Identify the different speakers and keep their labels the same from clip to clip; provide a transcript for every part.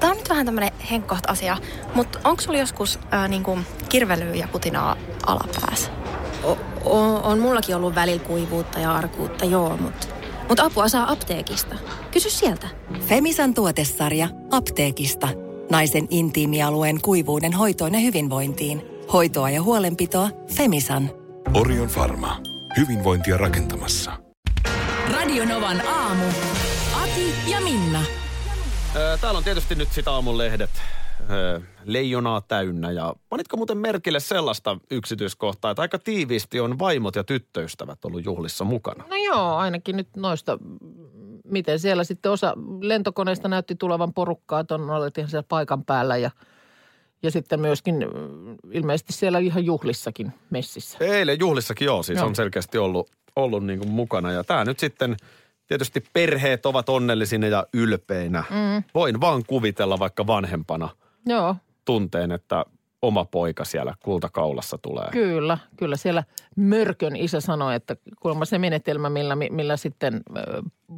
Speaker 1: Tämä on nyt vähän tämmöinen henkkoht asia, mutta onko sulla joskus ää, niin kuin kirvelyä ja putinaa alapäässä?
Speaker 2: O- o- on mullakin ollut välillä kuivuutta ja arkuutta, joo, mutta mut apua saa apteekista. Kysy sieltä.
Speaker 3: Femisan tuotesarja apteekista. Naisen intiimialueen kuivuuden hoitoon ja hyvinvointiin. Hoitoa ja huolenpitoa Femisan.
Speaker 4: Orion Pharma. Hyvinvointia rakentamassa.
Speaker 5: Radionovan aamu. Ati ja Minna.
Speaker 6: Öö, Täällä on tietysti nyt sitä aamun lehdet öö, leijonaa täynnä. Ja panitko muuten merkille sellaista yksityiskohtaa, että aika tiiviisti on vaimot ja tyttöystävät ollut juhlissa mukana?
Speaker 7: No joo, ainakin nyt noista, mm, miten siellä sitten osa lentokoneesta näytti tulevan porukkaa, että on oltiin siellä paikan päällä ja, ja sitten myöskin mm, ilmeisesti siellä ihan juhlissakin messissä.
Speaker 6: Eilen juhlissakin joo, siis
Speaker 7: Joo.
Speaker 6: on selkeästi ollut, ollut niin kuin mukana. Ja tämä nyt sitten, tietysti perheet ovat onnellisina ja ylpeinä. Mm. Voin vaan kuvitella vaikka vanhempana
Speaker 7: Joo,
Speaker 6: tunteen, että oma poika siellä kultakaulassa tulee.
Speaker 7: kyllä, kyllä. Siellä Mörkön isä sanoi, että kuulemma se menetelmä, millä, millä sitten ö,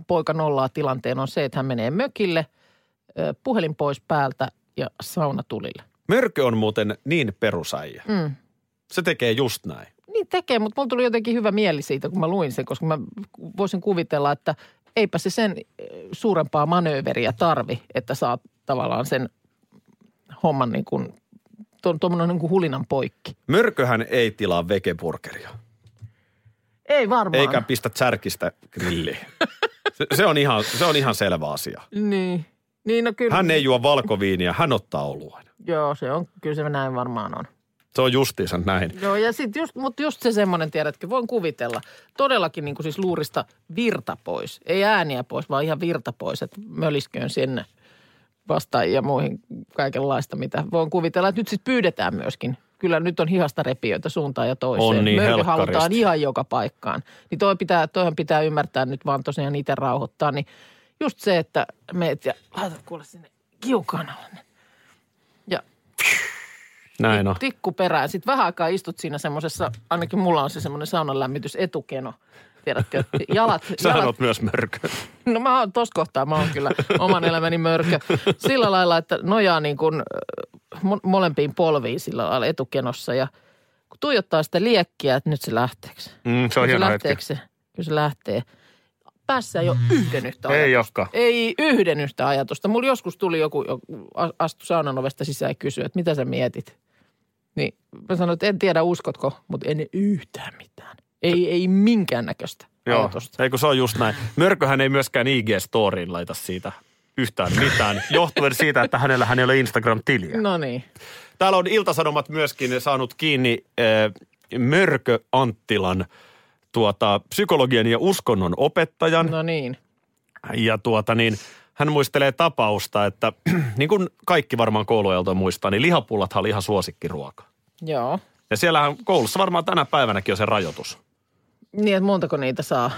Speaker 7: poika nollaa tilanteen on se, että hän menee mökille, ö, puhelin pois päältä ja sauna tulille.
Speaker 6: Mörkö on muuten niin perusäijä.
Speaker 7: Mm.
Speaker 6: Se tekee just näin.
Speaker 7: Niin tekee, mutta mulla tuli jotenkin hyvä mieli siitä, kun mä luin sen, koska mä voisin kuvitella, että eipä se sen eh, suurempaa manööveriä tarvi, että saa tavallaan sen homman niin kuin, tuommoinen niin kuin hulinan poikki.
Speaker 6: Mörköhän ei tilaa vegeburgeria,
Speaker 7: Ei varmaan.
Speaker 6: eikä pistä särkistä grilliin. Se, se, on ihan, se on ihan selvä asia.
Speaker 7: Niin. Niin, no kyllä.
Speaker 6: Hän ei juo valkoviiniä, hän ottaa oluen.
Speaker 7: Joo, se on, kyllä se näin varmaan on.
Speaker 6: Se on justiinsa näin.
Speaker 7: Joo, ja sitten just, mutta just se semmoinen, tiedätkö, voin kuvitella. Todellakin niin kuin siis luurista virta pois. Ei ääniä pois, vaan ihan virta pois, että mölisköön sinne vastaan ja muihin kaikenlaista, mitä voin kuvitella. Että nyt siis pyydetään myöskin. Kyllä nyt on hihasta repijöitä suuntaan ja toiseen.
Speaker 6: On niin,
Speaker 7: Mörkö
Speaker 6: helkkaristi.
Speaker 7: halutaan ihan joka paikkaan. Niin toi pitää, toihan pitää ymmärtää nyt vaan tosiaan itse rauhoittaa. Niin just se, että meet ja laita kuule sinne kiukanalle. ne. Ja
Speaker 6: Näin on.
Speaker 7: tikku perään. Sitten vähän aikaa istut siinä semmoisessa, ainakin mulla on se semmoinen saunan lämmitys etukeno. Tiedätkö, että jalat,
Speaker 6: Sähän
Speaker 7: jalat
Speaker 6: oot myös mörkö.
Speaker 7: no mä oon tossa kohtaa, mä oon kyllä oman elämäni mörkö. Sillä lailla, että nojaa niin kuin äh, mo- molempiin polviin sillä lailla etukenossa ja kun tuijottaa sitä liekkiä, että nyt se lähteekö se.
Speaker 6: Mm, se on hieno
Speaker 7: Nyt se
Speaker 6: hetki. Mm.
Speaker 7: lähteekö se? Kyllä se lähtee. Päässä ei ole yhden yhtä
Speaker 6: Ei
Speaker 7: ajatusta.
Speaker 6: olekaan.
Speaker 7: Ei yhden yhtä ajatusta. Mulla joskus tuli joku, joku a- astui saunan ovesta sisään ja kysyi, että mitä sä mietit? Niin mä sanoin, että en tiedä uskotko, mutta en yhtään mitään. Ei, ei minkäännäköistä
Speaker 6: Joo,
Speaker 7: ajatusta.
Speaker 6: ei kun se on just näin. Mörköhän ei myöskään IG-storiin laita siitä yhtään mitään, johtuen siitä, että hänellä hän ei ole Instagram-tiliä.
Speaker 7: No niin.
Speaker 6: Täällä on Iltasanomat myöskin saanut kiinni äh, Mörkö Anttilan tuota, psykologian ja uskonnon opettajan.
Speaker 7: No niin.
Speaker 6: Ja tuota niin, hän muistelee tapausta, että niin kuin kaikki varmaan kouluajalta muistaa, niin lihapullathan oli ihan suosikkiruoka.
Speaker 7: Joo.
Speaker 6: Ja siellähän koulussa varmaan tänä päivänäkin on se rajoitus.
Speaker 7: Niin, että montako niitä saa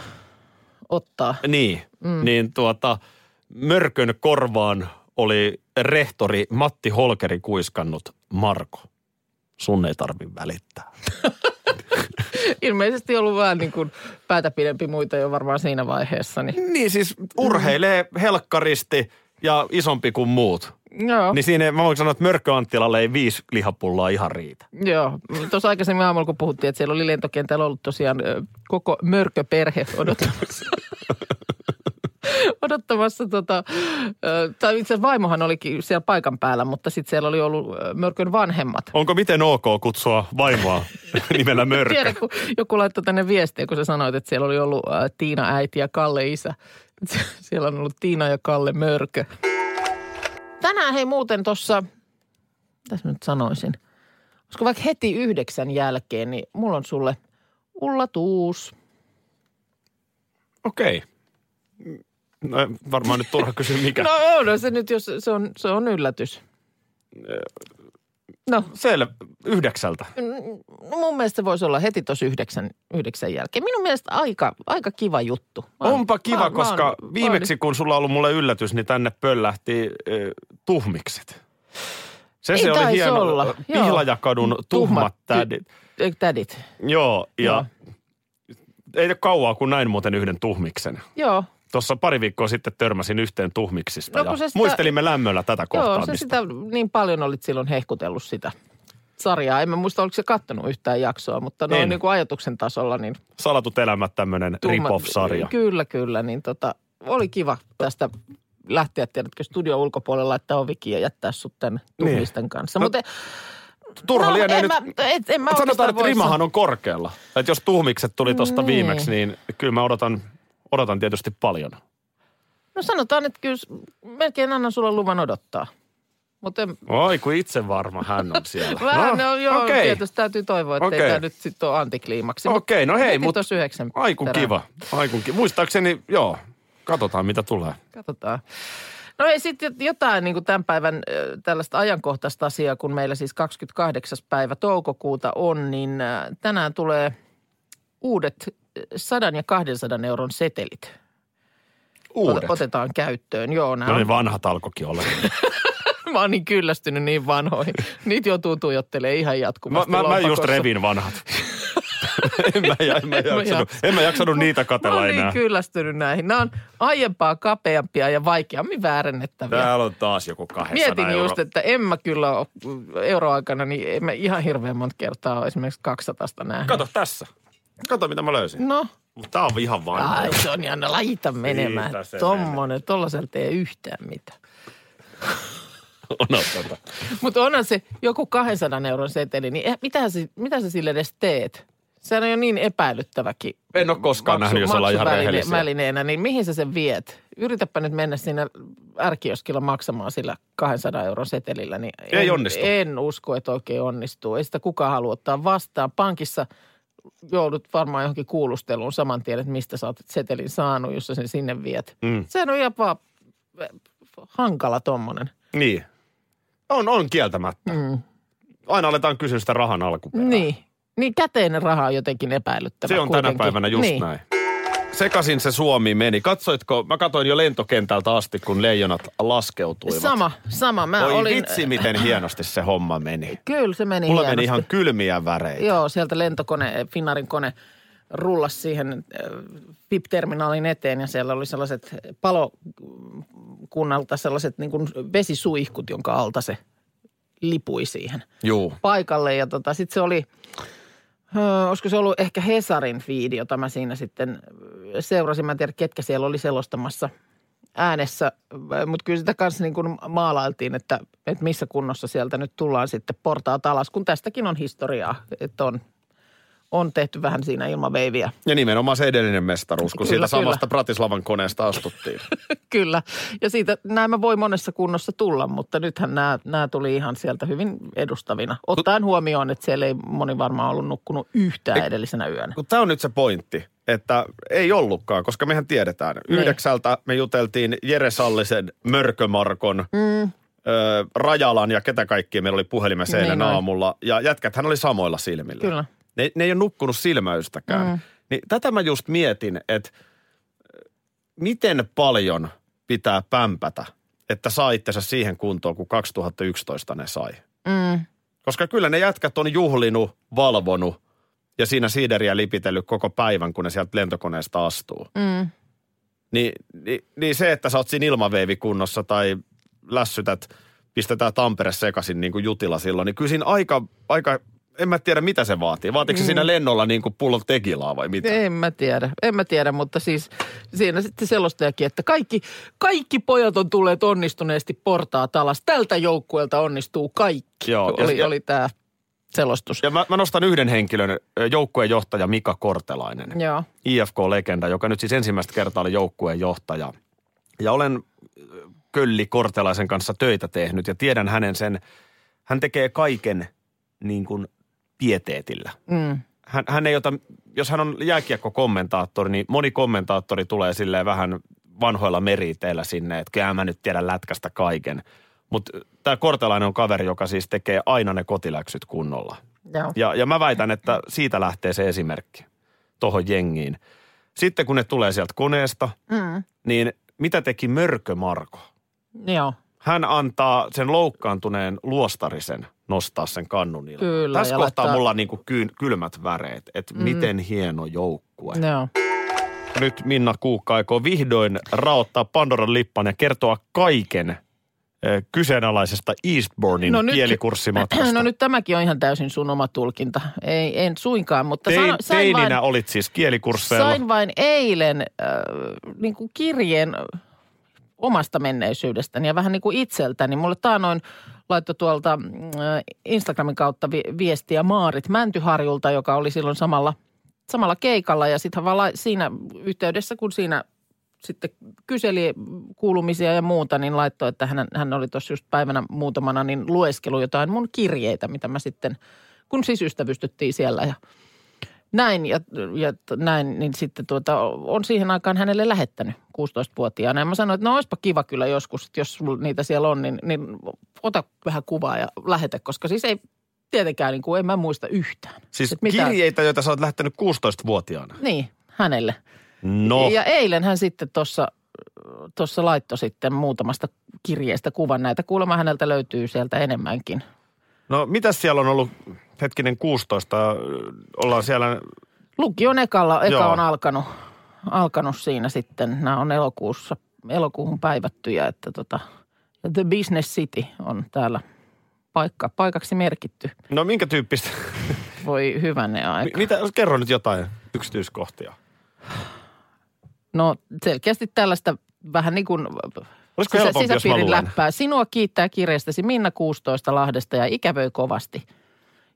Speaker 7: ottaa?
Speaker 6: Niin, mm. niin tuota, Mörkön korvaan oli rehtori Matti Holkeri kuiskannut Marko. Sun ei tarvi välittää.
Speaker 7: Ilmeisesti ollut vähän niin kuin päätä pidempi muita jo varmaan siinä vaiheessa. Niin.
Speaker 6: Niin siis urheilee helkkaristi ja isompi kuin muut.
Speaker 7: Joo.
Speaker 6: Niin siinä ei- mä voin sanoa, että Mörkö Anttilalle ei viisi lihapulloa ihan riitä.
Speaker 7: Joo, tuossa aikaisemmin aamulla kun puhuttiin, että siellä oli lentokentällä ollut tosiaan ö, koko mörköperhe odottamassa. odottamassa tota, ö, tai itse asiassa vaimohan olikin siellä paikan päällä, mutta sitten siellä oli ollut ö, mörkön vanhemmat.
Speaker 6: Onko miten ok kutsua vaimoa nimellä Mörkö?
Speaker 7: Tiedä, kun joku laittoi tänne viestiä, kun sä sanoit, että siellä oli ollut ö, Tiina äiti ja Kalle isä. siellä on ollut Tiina ja Kalle mörkö. Tänään hei muuten tuossa, tässä nyt sanoisin, koska vaikka heti yhdeksän jälkeen, niin mulla on sulle Ulla Tuus.
Speaker 6: Okei. No, varmaan nyt turha kysyä mikä.
Speaker 7: No on no se nyt, jos se on, se on yllätys. No,
Speaker 6: Selvä. Yhdeksältä.
Speaker 7: no mun mielestä se voisi olla heti tuossa yhdeksän, yhdeksän jälkeen. Minun mielestä aika, aika kiva juttu. Mä oon-
Speaker 6: Onpa
Speaker 7: mä
Speaker 6: kiva,
Speaker 7: oon- mä oon-
Speaker 6: koska
Speaker 7: mä oon-
Speaker 6: viimeksi kun sulla on ollut mulle yllätys, niin tänne pöllähti äh, tuhmikset. Se,
Speaker 7: Niin
Speaker 6: se oli
Speaker 7: taisi
Speaker 6: hieno.
Speaker 7: olla,
Speaker 6: äh,
Speaker 7: joo.
Speaker 6: Pihlajakadun tuhmat
Speaker 7: ty-
Speaker 6: tädit.
Speaker 7: Ei, Tädit.
Speaker 6: Joo, ja
Speaker 7: Joo.
Speaker 6: ei ole kauaa, kun näin muuten yhden tuhmiksen.
Speaker 7: Joo,
Speaker 8: Tuossa pari viikkoa sitten törmäsin yhteen tuhmiksista
Speaker 7: No
Speaker 8: ja
Speaker 7: kun se sitä-
Speaker 8: muistelimme lämmöllä tätä
Speaker 7: Joo, se
Speaker 8: kohtaamista.
Speaker 7: sitä, niin paljon olit silloin hehkutellut sitä sarjaa. En mä muista, oliko se kattonut yhtään jaksoa, mutta noin
Speaker 8: En.
Speaker 7: niin kuin ajatuksen tasolla niin
Speaker 8: Salatut elämät, tämmöinen
Speaker 7: Tumma-
Speaker 8: rip-off-sarja.
Speaker 7: Kyllä, kyllä. Niin tota, oli kiva tästä lähteä, tiedätkö, studion ulkopuolelle laittaa ovikin ja jättää sut tämän tunnisten kanssa.
Speaker 8: Niin. No,
Speaker 7: Mutta
Speaker 8: Turha
Speaker 7: no,
Speaker 8: lienee
Speaker 7: en
Speaker 8: nyt...
Speaker 7: Mä, et, en mä
Speaker 8: Mut
Speaker 7: oikeastaan
Speaker 8: sanotaan, että
Speaker 7: voi
Speaker 8: rimahan on korkealla. Että jos tuhmikset tuli tuosta
Speaker 7: Niin.
Speaker 8: viimeksi, niin kyllä mä odotan, odotan tietysti paljon.
Speaker 7: sanoa. No sanotaan, että kyllä s- melkein annan sulle luvan odottaa. Mutta en,
Speaker 8: Oi, kun itse varma hän on siellä.
Speaker 7: vähän, no, joo,
Speaker 8: okei.
Speaker 7: tietysti täytyy toivoa, että
Speaker 8: Okei.
Speaker 7: ei tämä nyt sitten ole antikliimaksi. Mut
Speaker 8: Okei, no hei,
Speaker 7: heti
Speaker 8: mut-
Speaker 7: tuossa yhdeksän
Speaker 8: Ai kun
Speaker 7: perään.
Speaker 8: kiva. Ai kun kiva. Muistaakseni, joo, katsotaan mitä tulee.
Speaker 7: Katsotaan. No ei sitten jotain niin kuin tämän päivän ö, tällaista ajankohtaista asiaa, kun meillä siis 28. päivä toukokuuta on, niin ö, tänään tulee uudet ö, 100 ja 200 euron setelit.
Speaker 6: Uudet.
Speaker 7: Ot- Otetaan käyttöön. Joo, nämä
Speaker 8: No niin,
Speaker 7: on,
Speaker 8: vanhat alkoikin olla.
Speaker 7: mä oon niin kyllästynyt niin vanhoihin. Niitä joutuu tuijottelemaan ihan
Speaker 8: Mä,
Speaker 7: jatkuvasti.
Speaker 8: mä, mä just
Speaker 7: lompakossa.
Speaker 8: revin vanhat. en, mä, ja- en, mä jaksanut, en mä jaksanut niitä
Speaker 7: Mä
Speaker 8: katella
Speaker 7: oon niin
Speaker 8: enää.
Speaker 7: kyllästynyt näihin. Nämä on aiempaa kapeampia ja vaikeammin väärennettäviä.
Speaker 8: Täällä on taas joku 200
Speaker 7: Mietin
Speaker 8: euro.
Speaker 7: just, että en mä kyllä ole euroaikana, niin en mä ihan hirveän monta kertaa ole esimerkiksi 200 nähnyt.
Speaker 8: Kato tässä. Kato mitä mä löysin.
Speaker 7: No,
Speaker 8: Mut Tää on ihan vanha.
Speaker 7: ai se on Janne, laita menemään.
Speaker 8: Siitä se
Speaker 7: Tommonen, tollaselta ei yhtään mitään.
Speaker 8: No, tota.
Speaker 7: Mutta onhan se joku 200 euron seteli, niin eh, mitä sä, mitä sä sille edes teet? Sehän on jo niin epäilyttäväkin.
Speaker 8: En ole koskaan nähnyt, jos ollaan ihan
Speaker 7: maksuväline-
Speaker 8: rehellisiä.
Speaker 7: välineenä, niin mihin sä sen viet? Yritäpä nyt mennä siinä ärkioskilla maksamaan sillä 200 euron setelillä. Niin en,
Speaker 8: Ei onnistu.
Speaker 7: En usko, että oikein onnistuu. Ei sitä kukaan halua ottaa vastaan. Pankissa joudut varmaan johonkin kuulusteluun saman tien, että mistä sä oot setelin saanut, jos sä sen sinne viet.
Speaker 8: Mm.
Speaker 7: Sehän on jopa eh, hankala tommonen.
Speaker 8: Niin. On, on kieltämättä.
Speaker 7: Mm.
Speaker 8: Aina aletaan kysyä sitä rahan alkuperää.
Speaker 7: Niin. Niin käteinen raha on jotenkin epäilyttävä
Speaker 8: Se on
Speaker 7: kuitenkin.
Speaker 8: tänä päivänä just
Speaker 7: niin.
Speaker 8: näin. Sekasin se Suomi meni. Katsoitko, mä katsoin jo lentokentältä asti, kun leijonat laskeutuivat.
Speaker 7: Sama, sama. Mä
Speaker 8: Voi
Speaker 7: olin,
Speaker 8: vitsi, miten hienosti se homma meni.
Speaker 7: Kyllä se meni
Speaker 8: Mulla
Speaker 7: hienosti.
Speaker 8: meni ihan kylmiä väreitä.
Speaker 7: Joo, sieltä lentokone, Finnarin kone rullasi siihen äh, VIP-terminaalin eteen ja siellä oli sellaiset palokunnalta sellaiset niin kuin vesisuihkut, jonka alta se lipui siihen
Speaker 6: Juu.
Speaker 7: paikalle. Ja tota, sitten se oli, ö, olisiko se ollut ehkä Hesarin fiidi, jota mä siinä sitten ö, seurasin. Mä en tiedä, ketkä siellä oli selostamassa äänessä, mutta kyllä sitä kanssa niin kuin maalailtiin, että, että missä kunnossa sieltä nyt tullaan sitten portaat alas, kun tästäkin on historiaa, että on, on tehty vähän siinä ilmaveiviä.
Speaker 6: Ja nimenomaan se edellinen mestaruus, kun
Speaker 7: Kyllä,
Speaker 6: siitä
Speaker 7: kyllä.
Speaker 6: samasta Pratislavan koneesta astuttiin.
Speaker 7: Kyllä, ja siitä nämä voi monessa kunnossa tulla, mutta nythän nämä, nämä tuli ihan sieltä hyvin edustavina. Ottaen huomioon, että siellä ei moni varmaan ollut nukkunut yhtään edellisenä yönä.
Speaker 6: Kun tämä on nyt se pointti, että ei ollutkaan, koska mehän tiedetään.
Speaker 7: Niin.
Speaker 6: Yhdeksältä me juteltiin Jere Sallisen, Mörkömarkon, mm. ö, Rajalan ja ketä kaikkia meillä oli puhelimessa
Speaker 7: Niin
Speaker 6: eilen
Speaker 7: oli.
Speaker 6: aamulla. Ja jätkät hän oli samoilla silmillä.
Speaker 7: Kyllä.
Speaker 6: Ne, ne ei ole nukkunut silmäystäkään. Mm. Niin tätä mä just mietin, että miten paljon pitää pämpätä, että saa itsensä siihen kuntoon, kun 2011 ne sai.
Speaker 7: Mm.
Speaker 6: Koska kyllä ne jätkät on juhlinut, valvonut ja siinä siideriä lipitellyt koko päivän, kun ne sieltä lentokoneesta astuu.
Speaker 7: Mm.
Speaker 6: Niin, niin, niin se, että sä oot siinä ilmaveivikunnossa tai lässytät, pistetään Tampere sekaisin niin kuin jutilla silloin, niin kyllä siinä aika, aika en mä tiedä mitä se vaatii. Vaatiiko se siinä lennolla niin kuin pullon tekilaa vai mitä?
Speaker 7: En mä tiedä, en mä tiedä, mutta siis siinä sitten selostajakin, että kaikki, kaikki pojat on tulleet onnistuneesti portaat alas. Tältä joukkueelta onnistuu kaikki,
Speaker 6: Joo, ja-
Speaker 7: oli,
Speaker 6: ja-
Speaker 7: oli tämä selostus.
Speaker 6: Ja mä, mä nostan yhden henkilön, ö, joukkueen johtaja Mika Kortelainen.
Speaker 7: Joo.
Speaker 6: IFK-legenda, joka nyt siis ensimmäistä kertaa oli joukkueen johtaja. Ja olen ö, Kölli Kortelaisen kanssa töitä tehnyt ja tiedän hänen sen, hän tekee kaiken niin kuin pieteetillä.
Speaker 7: Mm.
Speaker 6: Hän, hän ei ota, jos hän on jääkiekko-kommentaattori, niin moni kommentaattori tulee silleen vähän vanhoilla meriteillä sinne, että kyllä mä nyt tiedän lätkästä kaiken. Mutta tämä Kortelainen on kaveri, joka siis tekee aina ne kotiläksyt kunnolla.
Speaker 7: Joo.
Speaker 6: Ja, ja mä väitän, että siitä lähtee se esimerkki tuohon jengiin. Sitten kun ne tulee sieltä koneesta,
Speaker 7: Mm.
Speaker 6: niin mitä teki Mörkö Marko?
Speaker 7: Joo.
Speaker 6: Hän antaa sen loukkaantuneen luostarisen nostaa sen kannun ilmaan.
Speaker 7: Kyllä,
Speaker 6: Tässä
Speaker 7: ja
Speaker 6: kohtaa
Speaker 7: laittaa- Mm.
Speaker 6: mulla niinku kyyn, kylmät väreet, että miten hieno joukkue.
Speaker 7: Joo.
Speaker 6: nyt Minna Kuukka aikoo vihdoin raottaa Pandoran lippan ja kertoa kaiken eh, kyseenalaisesta Eastbournein
Speaker 7: No
Speaker 6: no
Speaker 7: nyt-
Speaker 6: kielikurssimatkasta.
Speaker 7: No nyt tämäkin on ihan täysin sun oma tulkinta. Ei, en suinkaan, mutta
Speaker 6: Tein,
Speaker 7: sano, sain,
Speaker 6: teininä
Speaker 7: vain,
Speaker 6: olit siis kielikursseilla.
Speaker 7: sain vain eilen äh, niin kuin kirjeen äh, omasta menneisyydestäni ja vähän niin kuin itseltäni. Mulle taanoin laittoi tuolta mm, äh, Instagramin kautta vi- viestiä Maarit Mäntyharjulta, joka oli silloin samalla, samalla keikalla. Ja sitten vaan lai- siinä yhteydessä, kun siinä sitten kyseli kuulumisia ja muuta, niin laittoi, että hän, hän oli tuossa just päivänä muutamana, niin lueskelu jotain mun kirjeitä, mitä mä sitten, kun siis ystävystyttiin siellä ja näin ja, ja t- näin, niin sitten tuota, on siihen aikaan hänelle lähettänyt 16-vuotiaana. Ja mä sanoin, että no olisipa kiva kyllä joskus, että jos sulla niitä siellä on, niin, niin ota vähän kuvaa ja lähetä, koska siis ei tietenkään, niin kuin en mä muista yhtään.
Speaker 6: Siis
Speaker 7: Että mitä-
Speaker 6: kirjeitä, joita sä oot lähtenyt 16-vuotiaana.
Speaker 7: Niin, hänelle.
Speaker 6: No,
Speaker 7: Ja eilen hän sitten tuossa tuossa laittoi sitten muutamasta kirjeestä kuvan näitä. Kuulemma häneltä löytyy sieltä enemmänkin.
Speaker 6: no mitä siellä on ollut hetkinen 16? Ollaan siellä,
Speaker 7: Lukion ekalla, eka
Speaker 6: Joo.
Speaker 7: on alkanut, alkanut siinä sitten. Nämä on elokuussa, elokuuhun päivättyjä, että tota, The Business City on täällä paikka, paikaksi merkitty.
Speaker 6: no minkä tyyppistä?
Speaker 7: Voi hyvänne aika.
Speaker 6: Mitä, kerro nyt jotain yksityiskohtia.
Speaker 7: No selkeästi tällaista vähän niin kuin
Speaker 6: Olisiko helpompi, jos mä
Speaker 7: sisäpiirin
Speaker 6: luen?
Speaker 7: läppää. Sinua kiittää kirjastasi Minna 16 Lahdesta ja ikävöi kovasti.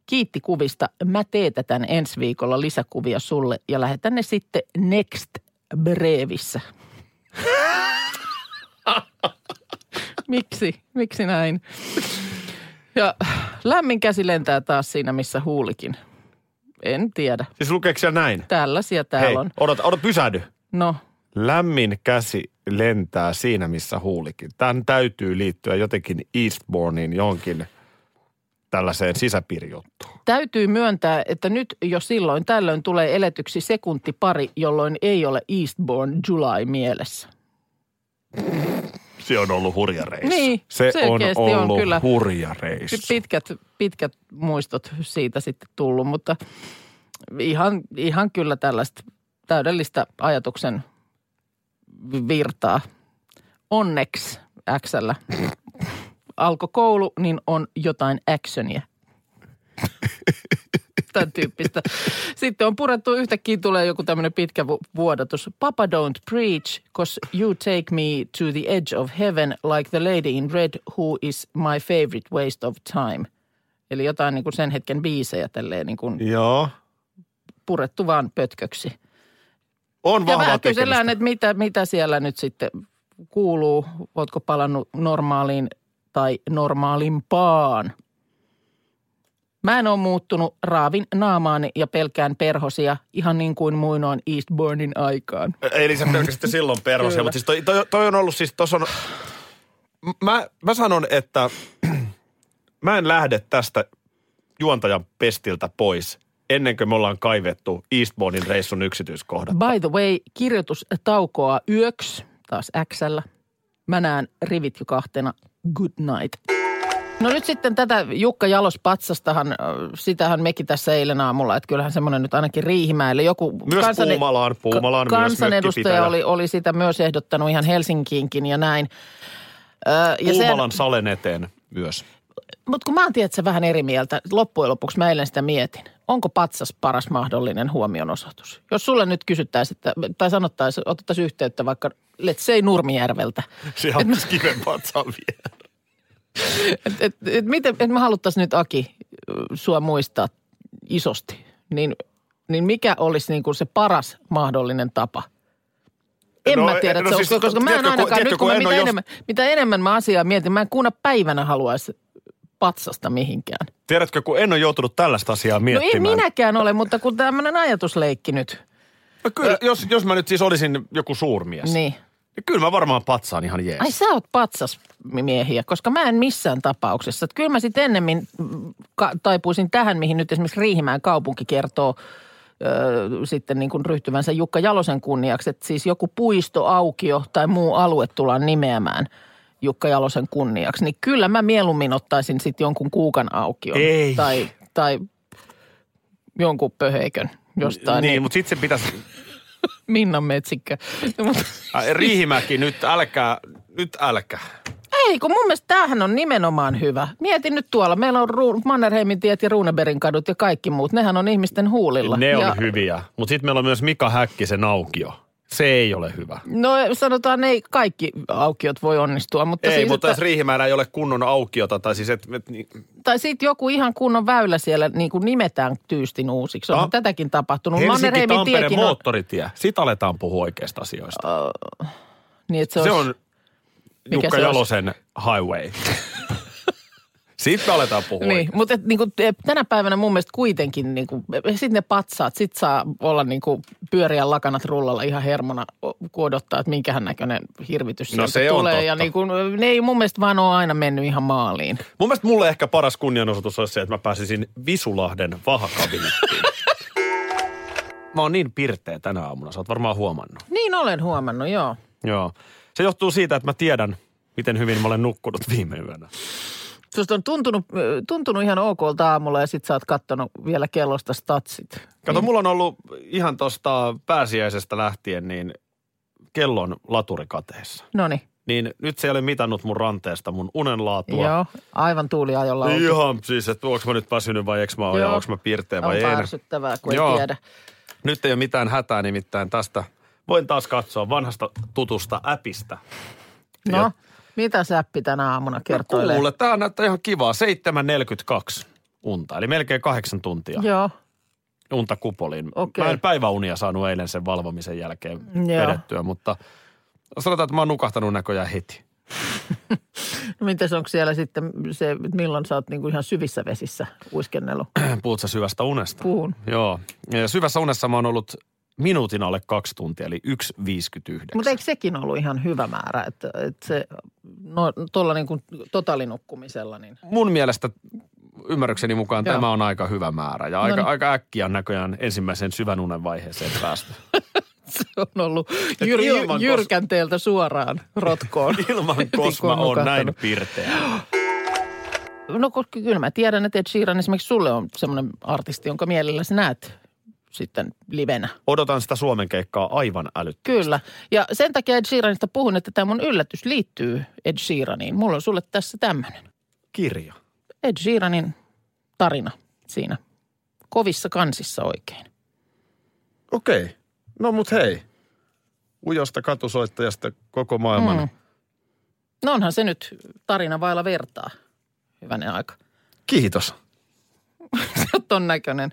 Speaker 7: Kiitti kuvista. Mä teetätän ensi viikolla lisäkuvia sulle ja lähetän ne sitten Next Brevissä. Miksi? Miksi näin? Ja lämmin käsi lentää taas siinä, missä huulikin. En tiedä.
Speaker 6: Siis lukeeko siellä näin?
Speaker 7: Tällaisia täällä
Speaker 6: Hei,
Speaker 7: on.
Speaker 6: odota, odota, pysähdy.
Speaker 7: No,
Speaker 6: Lämmin käsi lentää siinä, missä huulikin. Tämän täytyy liittyä jotenkin Eastbourneen johonkin tällaiseen sisäpiirijuttuun.
Speaker 7: Täytyy myöntää, että nyt jo silloin tällöin tulee eletyksi sekunti pari, jolloin ei ole Eastbourne July mielessä.
Speaker 6: Se on ollut hurja reissu.
Speaker 7: Niin,
Speaker 6: se on
Speaker 7: selkeästi on
Speaker 6: ollut
Speaker 7: kyllä.
Speaker 6: hurja reissu.
Speaker 7: Pitkät, pitkät muistot siitä sitten tullut, mutta ihan, ihan kyllä tällaista täydellistä ajatuksen virtaa. Onneksi Xllä. Alkoi koulu, niin on jotain actionia. Tämän tyyppistä. Sitten on purettu, yhtäkkiä tulee joku tämmöinen pitkä vu- vuodatus. Papa don't preach, cause you take me to the edge of heaven like the lady in red who is my favorite waste of time. Eli jotain niin kuin sen hetken biisejä tälleen niin kuin
Speaker 6: Joo.
Speaker 7: purettu vaan pötköksi.
Speaker 6: On
Speaker 7: Ja
Speaker 6: vahvaa
Speaker 7: vähän
Speaker 6: tekemistä.
Speaker 7: kysellään, että mitä, mitä siellä nyt sitten kuuluu. Ootko palannut normaaliin tai normaalimpaan? Mä en ole muuttunut raavin naamaani ja pelkään perhosia ihan niin kuin muinoin Eastbournein aikaan.
Speaker 6: Eli se pelkästään silloin perhosia,
Speaker 7: Mm. Kyllä.
Speaker 6: mutta siis toi, toi, toi on ollut siis, tos on, M- mä, mä sanon, että mä en lähde tästä juontajan pestiltä pois, ennen kuin me ollaan kaivettu Eastbournein reissun yksityiskohdat.
Speaker 7: By the way, kirjoitus taukoa yöks, taas Xllä. Mä näen rivit jo kahtena. Good night. No nyt sitten tätä Jukka Jalospatsastahan, äh, sitähän mekin tässä eilen aamulla, että kyllähän semmoinen nyt ainakin Riihimäelle joku
Speaker 6: Myös Puumalaan, Puumalaan
Speaker 7: ka-
Speaker 6: myös
Speaker 7: kansanedustaja
Speaker 6: mökkipitäjä.
Speaker 7: oli, oli sitä myös ehdottanut ihan Helsinkiinkin ja näin. Ö, ja sen-
Speaker 6: Puumalan salen eteen myös.
Speaker 7: mutta kun mä oon tiedätkö, vähän eri mieltä, loppujen lopuksi mä eilen sitä mietin. Onko patsas paras mahdollinen huomionosoitus? Jos sulle nyt kysyttäisiin, että, tai sanottaisiin, otettaisiin yhteyttä vaikka, let's say Nurmijärveltä.
Speaker 6: Siellä
Speaker 7: No.
Speaker 6: on myös kiven patsaan vielä.
Speaker 7: Että et, et, miten, et me haluttaisiin nyt Aki ö, sua muistaa isosti, niin, niin mikä olisi niin kuin se paras mahdollinen tapa? En
Speaker 6: No,
Speaker 7: mä tiedä,
Speaker 6: no
Speaker 7: että se
Speaker 6: siis,
Speaker 7: on, koska mä en
Speaker 6: tiedätkö, kun-
Speaker 7: ainakaan,
Speaker 6: tiedätkö,
Speaker 7: nyt
Speaker 6: kun
Speaker 7: kun mä
Speaker 6: en
Speaker 7: mitä,
Speaker 6: ole jos-
Speaker 7: enemmän, mitä enemmän mä asiaa mietin, mä en kuuna päivänä haluaisi patsasta mihinkään.
Speaker 6: Tiedätkö, kun en ole joutunut tällaista asiaa
Speaker 7: No ei
Speaker 6: miettimään.
Speaker 7: minäkään ole, mutta kun tämmöinen ajatusleikki nyt.
Speaker 6: No kyllä, jos, jos mä nyt siis olisin joku suurmies, niin,
Speaker 7: Niin.
Speaker 6: niin kyllä mä varmaan patsaan ihan jees.
Speaker 7: Ai sä oot patsas miehiä, koska mä en missään tapauksessa. Et kyllä mä sitten ennemmin mm, ka- taipuisin tähän, mihin nyt esimerkiksi Riihimäen kaupunki kertoo öö, sitten niin kuin ryhtyvänsä Jukka Jalosen kunniaksi, että siis joku puisto, aukio tai muu alue tullaan nimeämään Jukka Jalosen kunniaksi, niin kyllä mä mieluummin ottaisin sitten jonkun kuukan aukion
Speaker 6: Ei.
Speaker 7: Tai, tai jonkun pöheikön jostain. niin
Speaker 6: niin, mutta sitten se pitäisi
Speaker 7: Minnan metsikkä. No, mutta-
Speaker 9: Ai, Riihimäki, nyt älkää, nyt älkää.
Speaker 7: Ei, kun mun mielestä tämähän on nimenomaan hyvä. Mietin nyt tuolla, meillä on Ru- Mannerheimin tiet ja Runeberin kadut ja kaikki muut. Nehän on ihmisten huulilla.
Speaker 6: Ne on
Speaker 7: ja,
Speaker 6: hyviä. Mutta sitten meillä on myös Mika Häkkisen aukio. Se ei ole hyvä.
Speaker 7: No sanotaan, ei kaikki aukiot voi onnistua, mutta,
Speaker 6: ei,
Speaker 7: siis,
Speaker 6: mutta jos
Speaker 7: että,
Speaker 6: Riihimäärä ei ole kunnon aukiota, tai siis et, et, niin,
Speaker 7: tai sitten joku ihan kunnon väylä siellä niin kuin nimetään tyystin uusiksi. On
Speaker 6: Ah.
Speaker 7: tätäkin tapahtunut.
Speaker 6: Helsinki,
Speaker 7: No Mannerheimin
Speaker 6: Tampere,
Speaker 7: tiekin on,
Speaker 6: moottoritie. Sitä aletaan puhua oikeista asioista.
Speaker 7: niin, että se,
Speaker 6: se
Speaker 7: olisi-
Speaker 6: on Jukka
Speaker 7: se olisi?
Speaker 6: Jalosen highway. Siitä aletaan puhua.
Speaker 7: Niin, mutta et, niin kuin, tänä päivänä mun mielestä kuitenkin, niin kuin, sit ne patsaat, sit saa olla niin kuin, pyöriä lakanat rullalla ihan hermona, o- kun odottaa, että minkähän näköinen hirvitys
Speaker 6: No
Speaker 7: sieltä
Speaker 6: se on
Speaker 7: tulee.
Speaker 6: totta.
Speaker 7: Ja niin kuin, ne ei mun mielestä vaan ole aina mennyt ihan maaliin.
Speaker 6: Mun mielestä mulle ehkä paras kunnianosoitus olisi se, että mä pääsisin Visulahden vahakabinettiin.
Speaker 9: Mä oon niin pirteä tänä aamuna, sä oot varmaan huomannut.
Speaker 7: Niin olen huomannut, joo.
Speaker 6: Joo. Se johtuu siitä, että mä tiedän, miten hyvin mä olen nukkunut viime yönä.
Speaker 7: Susta on tuntunut, ö, tuntunut ihan okolta aamulla ja sit sä oot kattonut vielä kellosta statsit.
Speaker 6: Kato, mulla on ollut ihan tosta pääsiäisestä lähtien niin kellon laturikateessa.
Speaker 7: Noniin,
Speaker 6: Niin nyt se ei ole mitannut mun ranteesta mun unenlaatua.
Speaker 7: joo. Aivan tuuliajolla oltu.
Speaker 6: Ihan siis, että onko mä nyt väsynyt vai eks mä ole ja
Speaker 7: Joo.
Speaker 6: onko mä pirteä vai
Speaker 7: Onpa
Speaker 6: en.
Speaker 7: ärsyttävää, kun
Speaker 6: Joo.
Speaker 7: ei tiedä.
Speaker 6: Nyt ei ole mitään hätää nimittäin tästä. Voin taas katsoa vanhasta tutusta äpistä.
Speaker 7: No,
Speaker 6: Ja-
Speaker 7: mitä säppi tänä aamuna kertoo?
Speaker 6: No Kuule, tää näyttää ihan kivaa. 7.42 unta, eli melkein kahdeksan tuntia
Speaker 7: Joo.
Speaker 6: unta kupoliin.
Speaker 7: Okei.
Speaker 6: Mä en päiväunia saanut eilen sen valvomisen jälkeen
Speaker 7: Joo.
Speaker 6: vedettyä, mutta sanotaan, että mä oon nukahtanut näköjään heti.
Speaker 7: No mitäs onko siellä sitten se, että milloin sä oot niinku ihan syvissä vesissä uiskennellut?
Speaker 6: Puhut sä syvästä unesta?
Speaker 7: Puhun.
Speaker 6: Joo. Ja syvässä unessa mä oon ollut minuutin alle kaksi tuntia, eli 1.59.
Speaker 7: Mutta eikö sekin ollut ihan hyvä määrä, että, että se no, tuolla niinku totalinukkumisella, niin
Speaker 6: mun mielestä ymmärrykseni mukaan
Speaker 7: Joo.
Speaker 6: tämä on aika hyvä määrä ja aika,
Speaker 7: niin.
Speaker 6: aika äkkiä on näköjään ensimmäisen syvän unen vaiheeseen päästy.
Speaker 7: se on ollut jyr,
Speaker 6: ilman
Speaker 7: jyr, jyrkänteeltä suoraan rotkoon.
Speaker 6: Ilman
Speaker 7: Heti,
Speaker 6: kosma
Speaker 7: kun on
Speaker 6: on näin
Speaker 7: nukahtanut.
Speaker 6: pirteä.
Speaker 7: No koska kyllä mä tiedän, että Ed Sheeran esimerkiksi sulle on semmoinen artisti, jonka mielellä sä näet sitten livenä.
Speaker 6: Odotan sitä Suomen keikkaa aivan älyt.
Speaker 7: Kyllä. Ja sen takia Ed Sheeranista puhun, että tämä mun yllätys liittyy Ed Sheeraniin. Mulla on sulle tässä tämmöinen.
Speaker 6: Kirja.
Speaker 7: Ed Sheeranin tarina siinä. Kovissa kansissa oikein.
Speaker 6: Okei. Okay. No mut hei. Ujosta katusoittajasta koko maailman. Mm.
Speaker 7: No onhan se nyt tarina vailla vertaa. Hyvänen aika.
Speaker 6: Kiitos.
Speaker 7: Sä oot ton näköinen.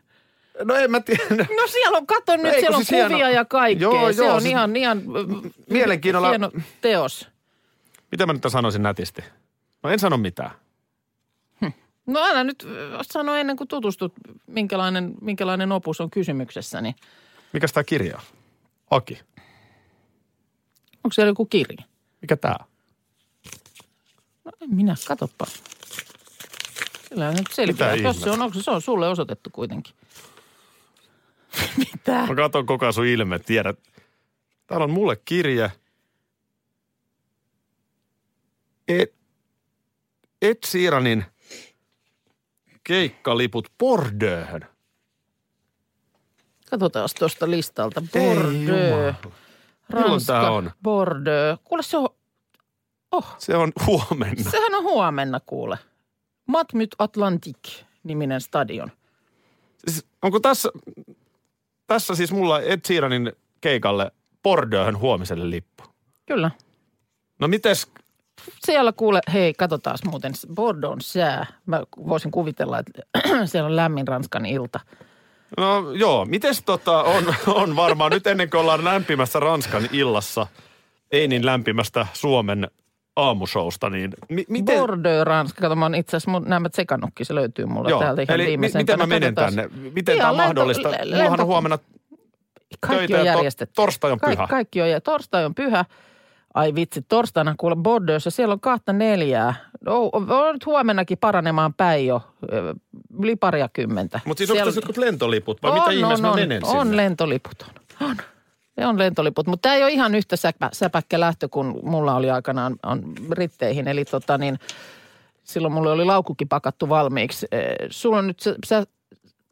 Speaker 6: No en mä tiedä.
Speaker 7: No siellä on, kato nyt,
Speaker 6: Ei, kun
Speaker 7: siellä on
Speaker 6: siis hieno-
Speaker 7: kuvia ja kaikkea.
Speaker 6: Joo,
Speaker 7: se
Speaker 6: joo,
Speaker 7: on
Speaker 6: siis-
Speaker 7: ihan, ihan äh,
Speaker 6: Mielenkiinnolla-
Speaker 7: hieno teos.
Speaker 6: Mitä mä nyt sanoisin nätisti? No en sano mitään.
Speaker 7: No älä nyt äh, sano ennen kuin tutustut, minkälainen, minkälainen opus on kysymyksessä, niin
Speaker 6: Mikäs tää kirja on? Aki.
Speaker 7: onko siellä joku kirja?
Speaker 6: Mikä tää on?
Speaker 7: No en minä, katoppa. Kyllä nyt
Speaker 6: Mitä
Speaker 7: selviää. Jos
Speaker 6: ihmettä?
Speaker 7: se on, onko se, se on sulle osoitettu kuitenkin. Mitä?
Speaker 6: Mä katson koko ajan sun ilme, tiedät. Täällä on mulle kirje. Ed, Ed E-, Siiranin keikkaliput Bordööhön.
Speaker 7: Katsotaan tuosta listalta.
Speaker 6: Ei
Speaker 7: Bordeaux.
Speaker 6: jumala. Milloin tää
Speaker 7: Ranska,
Speaker 6: on? No.
Speaker 7: Bordeaux. Kuule, se on, oh,
Speaker 6: Se on huomenna.
Speaker 7: sehän on huomenna kuule. Matmyt Atlantik niminen stadion.
Speaker 6: Siis onko tässä, tässä siis mulla Ed Siiranin keikalle Bordööhön huomiselle lippu?
Speaker 7: Kyllä.
Speaker 6: No mites,
Speaker 7: Siellä kuule, hei, katsotaan muuten, Bordeaux sää. Mä voisin kuvitella, että siellä on lämmin Ranskan ilta.
Speaker 6: no joo, mites tota on, on varmaan nyt ennen kuin ollaan lämpimässä Ranskan illassa, ei niin lämpimästä Suomen aamushowsta, niin mi- miten...
Speaker 7: Bordeaux, Ranska. Kato, mä oon itse asiassa, mun, nämä tsekanukki, se löytyy mulla Joo. täältä ihan
Speaker 6: Eli mi-
Speaker 7: viimeisen.
Speaker 6: miten mä menen tänne? Miten
Speaker 7: Ihan
Speaker 6: tämä on
Speaker 7: lento-
Speaker 6: mahdollista?
Speaker 7: le-
Speaker 6: Mullahan
Speaker 7: lento-
Speaker 6: on huomenna
Speaker 7: Kaikki
Speaker 6: töitä
Speaker 7: on
Speaker 6: ja to-
Speaker 7: järjestetty.
Speaker 6: torstai on
Speaker 7: Kaik-
Speaker 6: pyhä.
Speaker 7: Kaikki on, ja torstai on pyhä. Ai vitsi, torstaina kuule Bordeauxssa, siellä on kahta neljää. No, on- on nyt huomennakin paranemaan päin jo, ö, yli paria kymmentä.
Speaker 6: Mutta siis onko
Speaker 7: Siellä-
Speaker 6: tässä jotkut lentoliput vai mitä
Speaker 7: on,
Speaker 6: ihmeessä
Speaker 7: on,
Speaker 6: mä
Speaker 7: on,
Speaker 6: menen
Speaker 7: on
Speaker 6: sinne?
Speaker 7: lentoliput, on. on. Se on lentoliput, mutta tämä ei ole ihan yhtä säpä, säpäkkä lähtö kuin mulla oli aikanaan on ritteihin. Eli tota niin, silloin mulla oli laukukin pakattu valmiiksi. Eh, Sulla on nyt, se- sä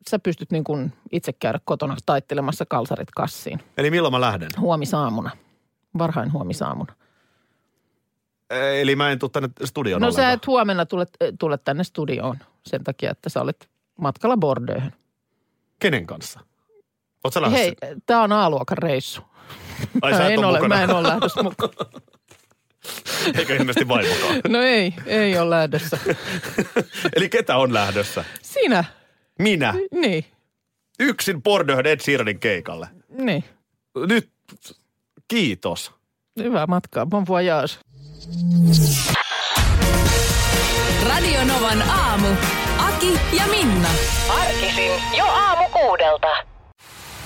Speaker 7: sä pystyt niin kuin itse käydä kotona taittelemassa kalsarit kassiin
Speaker 9: Eli milloin mä lähden?
Speaker 7: huomisaamuna, varhain huomisaamuna.
Speaker 9: Eh, Eli mä en tule tänne studioon
Speaker 7: No sä
Speaker 9: ollenkaan.
Speaker 7: et huomenna tule, tule tänne studioon sen takia, että sä olet matkalla Bordeauxhön.
Speaker 9: Kenen kanssa? Oot sä lähdössä?
Speaker 7: Hei, tää on A-luokan reissu.
Speaker 6: Ai
Speaker 7: Mä
Speaker 6: sä et
Speaker 7: en
Speaker 6: ole,
Speaker 7: ole,
Speaker 6: mukana,
Speaker 7: mä en ole lähdössä mukaan.
Speaker 6: eikä ilmeisesti vaimokaan.
Speaker 7: No ei, ei ole lähdössä.
Speaker 6: Eli ketä on lähdössä?
Speaker 7: Sinä,
Speaker 6: Minä.
Speaker 7: niin,
Speaker 6: Yksin Bordeaux'n Ed Sheeranin keikalle.
Speaker 7: niin.
Speaker 6: Nyt kiitos.
Speaker 7: Hyvää matkaa, bon voyage.
Speaker 10: Radio Novan aamu. Aki ja Minna.
Speaker 11: Arkisin jo aamu kuudelta.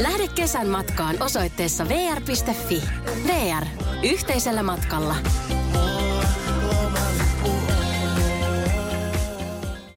Speaker 12: Lähde kesän matkaan osoitteessa vr.fi. VR. Yhteisellä matkalla.